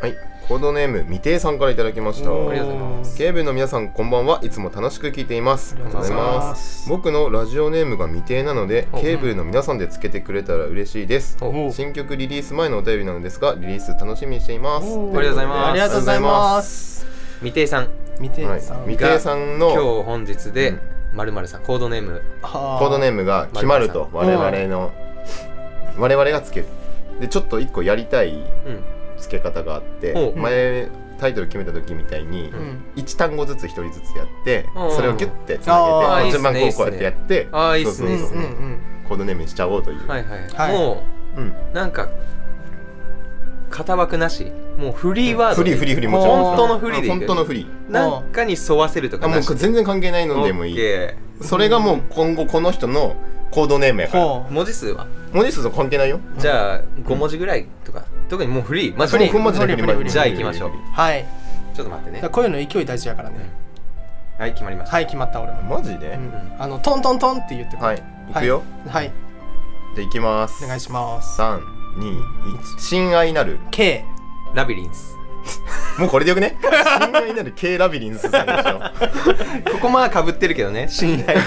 [SPEAKER 2] はいコードネーム未定さんからいただきました
[SPEAKER 3] おー
[SPEAKER 1] ありがとうございます
[SPEAKER 2] 警部の皆さんこんばんはいつも楽しく聞いています
[SPEAKER 3] ありがとうございます
[SPEAKER 2] 僕のラジオネームが未定なので
[SPEAKER 1] お
[SPEAKER 2] ケーブルの皆さんでつけてくれたら嬉しいです
[SPEAKER 1] お
[SPEAKER 3] お
[SPEAKER 2] 新曲リリース前のお便りなのですがリリース楽しみにしています
[SPEAKER 3] お
[SPEAKER 1] ありがとうございます
[SPEAKER 3] ありがとうございますす
[SPEAKER 1] 未定さん
[SPEAKER 3] 見て
[SPEAKER 2] はい
[SPEAKER 3] さん、
[SPEAKER 2] 未定さん
[SPEAKER 1] 今日
[SPEAKER 2] の
[SPEAKER 1] 本日で
[SPEAKER 2] うん
[SPEAKER 1] まるまるさんコードネーム
[SPEAKER 3] コ
[SPEAKER 2] コードネームが決まると
[SPEAKER 3] ま
[SPEAKER 2] 我
[SPEAKER 3] るま
[SPEAKER 2] 々
[SPEAKER 3] るさ
[SPEAKER 2] の我々がつけるでちょっと一個やりたい
[SPEAKER 1] うん
[SPEAKER 2] 付け方があって
[SPEAKER 1] お
[SPEAKER 2] 前タイトル決めた時みたいに
[SPEAKER 3] うん
[SPEAKER 2] 1単語ずつ1人ずつやって
[SPEAKER 1] うん
[SPEAKER 2] それをギュッてつ
[SPEAKER 3] あ
[SPEAKER 2] な
[SPEAKER 3] ー
[SPEAKER 2] げて順番こうこうやってやって
[SPEAKER 1] あーいいっす
[SPEAKER 2] そ
[SPEAKER 1] ね
[SPEAKER 2] うそ
[SPEAKER 3] うん
[SPEAKER 2] う
[SPEAKER 3] う
[SPEAKER 2] そ
[SPEAKER 3] ん
[SPEAKER 2] う
[SPEAKER 3] うん
[SPEAKER 2] コードネームにしちゃおうという
[SPEAKER 1] はいはい、
[SPEAKER 3] はい
[SPEAKER 1] も
[SPEAKER 2] うん
[SPEAKER 1] うなんか型枠なしもうフリーワード
[SPEAKER 2] フ
[SPEAKER 1] で
[SPEAKER 2] リ
[SPEAKER 1] い
[SPEAKER 2] ー
[SPEAKER 1] い
[SPEAKER 2] フリーフリーもちろん
[SPEAKER 1] 本当のフリーでいい
[SPEAKER 2] 本当のフリー
[SPEAKER 1] なんかに沿わせるとか
[SPEAKER 2] あもう
[SPEAKER 1] なし
[SPEAKER 2] これ全然関係ないのでもい
[SPEAKER 1] オッ
[SPEAKER 2] い
[SPEAKER 1] ケ
[SPEAKER 2] それがもう今後この人のコードネームやから
[SPEAKER 3] ほ
[SPEAKER 1] ー文字数は
[SPEAKER 2] 文字数と関係ないよ
[SPEAKER 1] じゃあ5文字ぐらいとか特にもうフリーマジ
[SPEAKER 2] フリ
[SPEAKER 1] で
[SPEAKER 2] ーマジでフリーマジでフリー
[SPEAKER 1] じゃあ行きましょう
[SPEAKER 3] うはい
[SPEAKER 1] ちょっと待って
[SPEAKER 3] だ
[SPEAKER 1] ね
[SPEAKER 3] からこういうの勢い大事やからね
[SPEAKER 1] はい決まりました、
[SPEAKER 3] はい決まった俺も
[SPEAKER 2] マジで、
[SPEAKER 3] うんあのトントントンって言ってこう
[SPEAKER 2] はい行くよ、
[SPEAKER 3] はい
[SPEAKER 2] じゃあ行きます
[SPEAKER 3] お願いします
[SPEAKER 2] 321親愛なる
[SPEAKER 3] K
[SPEAKER 1] ラビリンス
[SPEAKER 2] もうこれでよくね親愛なる K ラビリンスさんでしょ
[SPEAKER 1] ここまあかぶってるけどね信頼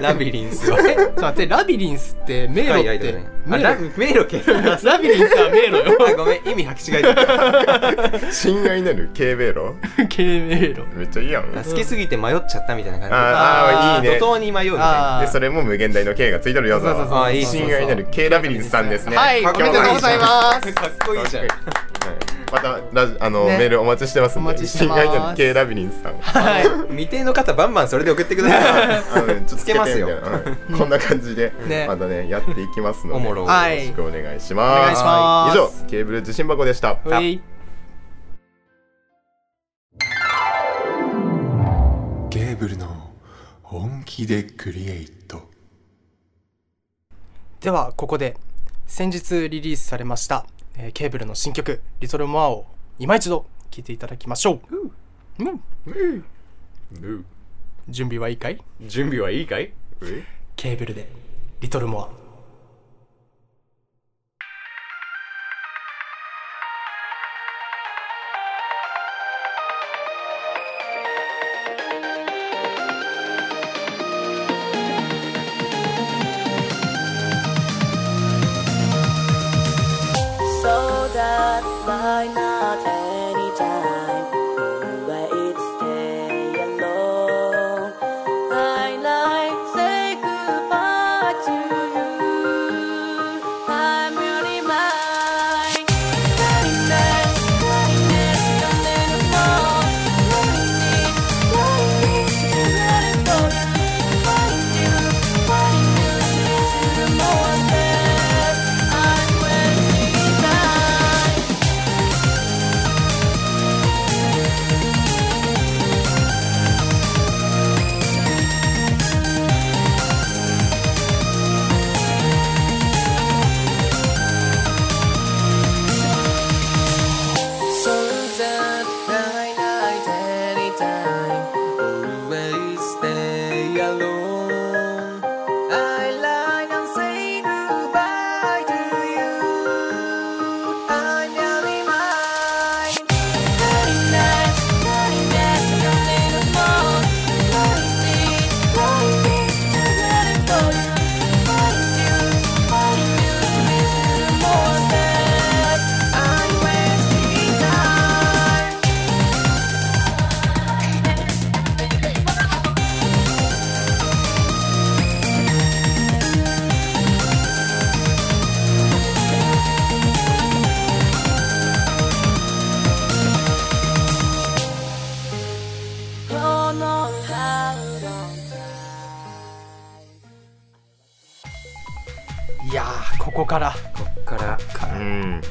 [SPEAKER 1] ラビリンス は
[SPEAKER 3] えちょっと待ってラビリンスって迷路
[SPEAKER 1] はいは
[SPEAKER 3] っ
[SPEAKER 1] いは
[SPEAKER 3] て
[SPEAKER 1] いあラ迷路系
[SPEAKER 3] 迷路 ラビリンスは迷路よ
[SPEAKER 1] あごめん意味履き違えてた
[SPEAKER 2] 親愛なる K ベロ
[SPEAKER 3] K 迷路
[SPEAKER 2] めっちゃいいやん
[SPEAKER 1] あ好きすぎて迷っちゃったみたいな感じ
[SPEAKER 2] あーあーいいね
[SPEAKER 1] 怒涛に迷うみたいな
[SPEAKER 3] あー
[SPEAKER 2] でそれも無限大の K がついてるよ
[SPEAKER 3] そうそうそう
[SPEAKER 1] あーいい
[SPEAKER 2] 親愛なる K ラビリンスさんですね
[SPEAKER 3] はい
[SPEAKER 2] 今
[SPEAKER 3] お
[SPEAKER 2] 日も
[SPEAKER 3] めでとうございます
[SPEAKER 1] かっこいいじゃん
[SPEAKER 2] かっこいいはいまたラジあの、
[SPEAKER 3] ね
[SPEAKER 2] メールお待ちしてますんで
[SPEAKER 3] お待ちしてます
[SPEAKER 2] 親愛なる K ラビリンスさん
[SPEAKER 3] はい
[SPEAKER 1] 未定の方バンバンそれで送ってくださ い
[SPEAKER 2] あのねちょっと
[SPEAKER 1] つけますよ
[SPEAKER 2] つてみたいなうんこんな感じで、
[SPEAKER 3] ね
[SPEAKER 2] またねやっていきますので
[SPEAKER 1] おもろ
[SPEAKER 3] はい
[SPEAKER 2] よろしくお願いします
[SPEAKER 3] お願いします
[SPEAKER 2] 以上ケーブル受信箱でした
[SPEAKER 3] ほい
[SPEAKER 4] ケーブルの本気でクリエイト
[SPEAKER 3] ではここで先日リリースされました、えーケーブルの新曲「リトルモアを今一度聴いていただきましょう、うん、準備はいいかい
[SPEAKER 1] 準備はいいかい
[SPEAKER 3] ケーブルで「リトルモア
[SPEAKER 5] そうだ by not any time Always stay alone I like say goodbye to you
[SPEAKER 3] いやーここから
[SPEAKER 1] こっから
[SPEAKER 3] から
[SPEAKER 2] う
[SPEAKER 3] こ
[SPEAKER 2] ん
[SPEAKER 1] か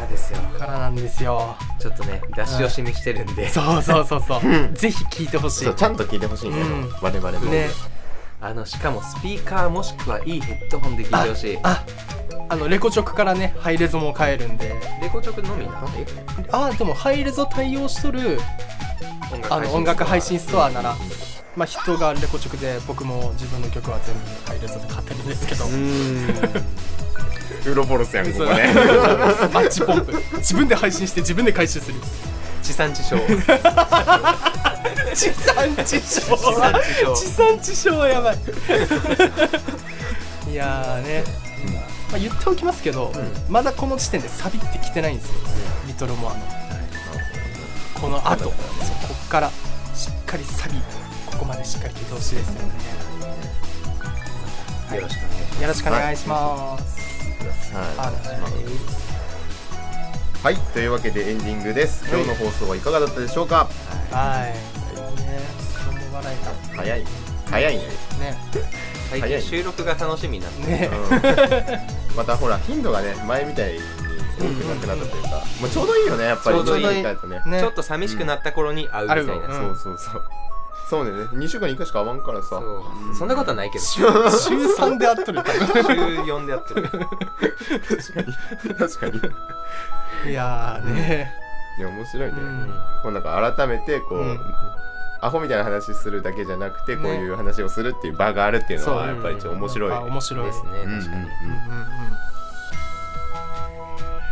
[SPEAKER 1] らですよ
[SPEAKER 3] こからなんですよ
[SPEAKER 1] ちょっとね出し惜しみしてるんで、
[SPEAKER 3] そうそうそうそうぜひ聞いてほしい
[SPEAKER 2] そうちゃんと聞いてほしいね、
[SPEAKER 3] うん
[SPEAKER 2] 我々も
[SPEAKER 3] ね
[SPEAKER 1] あのしかもスピーカーもしくはいいヘッドホンで聞いてほしい
[SPEAKER 3] ああのレコチョクからねハイレゾも買えるんで
[SPEAKER 1] レコチョクのみなのえ
[SPEAKER 3] あーでもハイレゾ対応しとる
[SPEAKER 1] 音楽
[SPEAKER 3] あの音楽配信ストアなら
[SPEAKER 1] うん
[SPEAKER 3] まあ人がレコチョクで僕も自分の曲は全部ハイレゾで買ってるんですけど
[SPEAKER 2] ウロボロスやんここ
[SPEAKER 3] そう
[SPEAKER 2] ね
[SPEAKER 3] マッチポンプ自分で配信して自分で回収する
[SPEAKER 1] 地産地消
[SPEAKER 3] 地産地消は地産地消はやばいいやーね、まあ、言っておきますけど、まだこの時点でサビって来てないんですよ、リトルモアの、この後そうこっからしっかりサビここまでしっかり聞いてほしいですよね
[SPEAKER 1] よろしくお願いします
[SPEAKER 3] よろしくお願いします、
[SPEAKER 2] は
[SPEAKER 3] はい
[SPEAKER 2] い、はい、というわけでエンディングです今日の放送はいかがだったでしょうか
[SPEAKER 3] はいね子供笑いだ
[SPEAKER 2] 早い早いね、
[SPEAKER 3] ね
[SPEAKER 1] 最
[SPEAKER 2] 早い
[SPEAKER 1] 近収録が楽しみなんで
[SPEAKER 3] ね
[SPEAKER 2] うん、 またほら頻度がね前みたいに多くなくなったというか、もうちょうどいいよねやっぱり
[SPEAKER 1] ちょうどいい
[SPEAKER 2] 機会とね
[SPEAKER 3] ね
[SPEAKER 1] ちょっ と寂しくなった頃に会うみたいな、
[SPEAKER 3] うん
[SPEAKER 1] そ
[SPEAKER 3] あ
[SPEAKER 1] う
[SPEAKER 3] る
[SPEAKER 2] そうそうそうそうね2週間に1回しか会わんからさ
[SPEAKER 1] そうそんなことはないけど
[SPEAKER 3] 週週3で会っとるから
[SPEAKER 1] 週4でやってる
[SPEAKER 2] 確かにい
[SPEAKER 3] いやーね、
[SPEAKER 2] や面白いね、
[SPEAKER 3] うん
[SPEAKER 2] もうなんか改めてこう、
[SPEAKER 3] うん
[SPEAKER 2] アホみたいな話するだけじゃなくて、
[SPEAKER 3] ね
[SPEAKER 2] こういう話をするっていう場があるっていうのは
[SPEAKER 3] そう
[SPEAKER 2] やっぱりちょっと面白い、
[SPEAKER 3] やっぱ面白い
[SPEAKER 1] ですね
[SPEAKER 2] うんうん
[SPEAKER 1] 確かに、
[SPEAKER 3] うんうん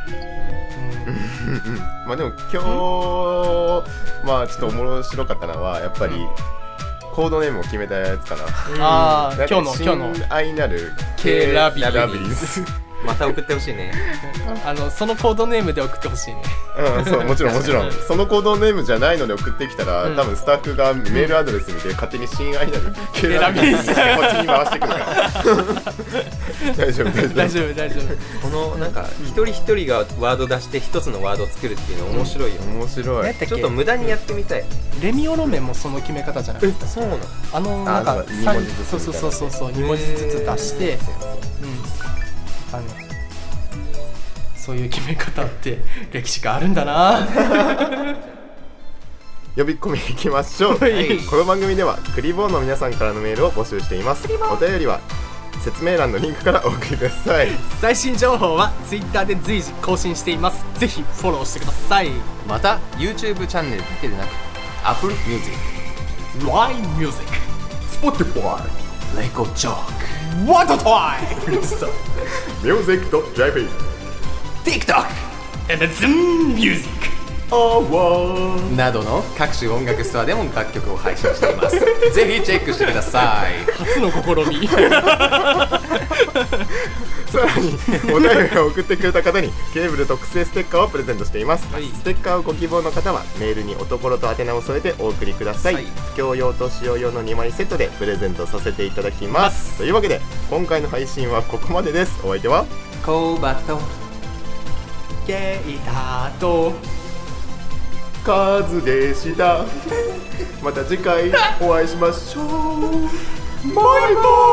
[SPEAKER 3] うん
[SPEAKER 2] う
[SPEAKER 3] うん
[SPEAKER 2] んうんまあでも今日、まあちょっと面白かったのはやっぱり、
[SPEAKER 3] うん
[SPEAKER 2] コードネームを決めたやつかな
[SPEAKER 3] ああ今日の
[SPEAKER 2] だって
[SPEAKER 3] 今日の
[SPEAKER 2] 親愛なる
[SPEAKER 3] K ラビリン
[SPEAKER 2] ス
[SPEAKER 1] また送ってほしいね
[SPEAKER 3] あのそのコードネームで送ってほしいね
[SPEAKER 2] うんそうもちろんもちろんそのコードネームじゃないので送ってきたら、
[SPEAKER 3] うん
[SPEAKER 2] 多分スタッフがメールアドレス見て勝手に親愛なる K
[SPEAKER 3] ラビリン
[SPEAKER 2] こ
[SPEAKER 3] ス
[SPEAKER 2] っちに回してくるから 大丈夫大丈夫
[SPEAKER 3] 大丈夫大丈夫
[SPEAKER 1] このなんか一人一人がワード出して一つのワード作るっていうの面白いよ、
[SPEAKER 2] 面白い
[SPEAKER 3] ねだっけ
[SPEAKER 1] ちょっと無駄にやってみたい、
[SPEAKER 3] レミオロメンもその決め方じゃなくて
[SPEAKER 1] えそうなの
[SPEAKER 3] あのなん
[SPEAKER 2] あ
[SPEAKER 3] か
[SPEAKER 2] そうだ
[SPEAKER 3] さん
[SPEAKER 2] 二文字ずつ
[SPEAKER 3] そうそうそうそうそう2文字ずつ出してうんあのそういう決め方って歴史があるんだな
[SPEAKER 2] 呼び込みいきましょう、
[SPEAKER 3] はい
[SPEAKER 2] この番組ではクリボーンの皆さんからのメールを募集していますお便りは説明欄のリンクからお送りください
[SPEAKER 3] 最新情報は Twitter で随時更新していますぜひフォローしてください
[SPEAKER 2] また YouTube チャンネルだけでなく Apple Music
[SPEAKER 3] LINE MUSIC
[SPEAKER 2] Spotify
[SPEAKER 3] Lego Joke What a time!
[SPEAKER 2] Music.jp
[SPEAKER 3] TikTok and Zoom Music
[SPEAKER 1] などの各種音楽ストアでも楽曲を配信してい ますぜひチェックしてください
[SPEAKER 3] 初の試み
[SPEAKER 2] さらにお便りを送ってくれた方にケーブル特製ステッカーをプレゼントしています、
[SPEAKER 1] はい
[SPEAKER 2] ステッカーをご希望の方はメールにおところと宛名を添えてお送りください、
[SPEAKER 1] はい
[SPEAKER 2] 不況用と使用用の2枚セットでプレゼントさせていただきますというわけで今回の配信はここまでですお相手は
[SPEAKER 1] コーバと
[SPEAKER 3] ゲイタと
[SPEAKER 2] カズでしたまた次回お会いしましょうバイバイ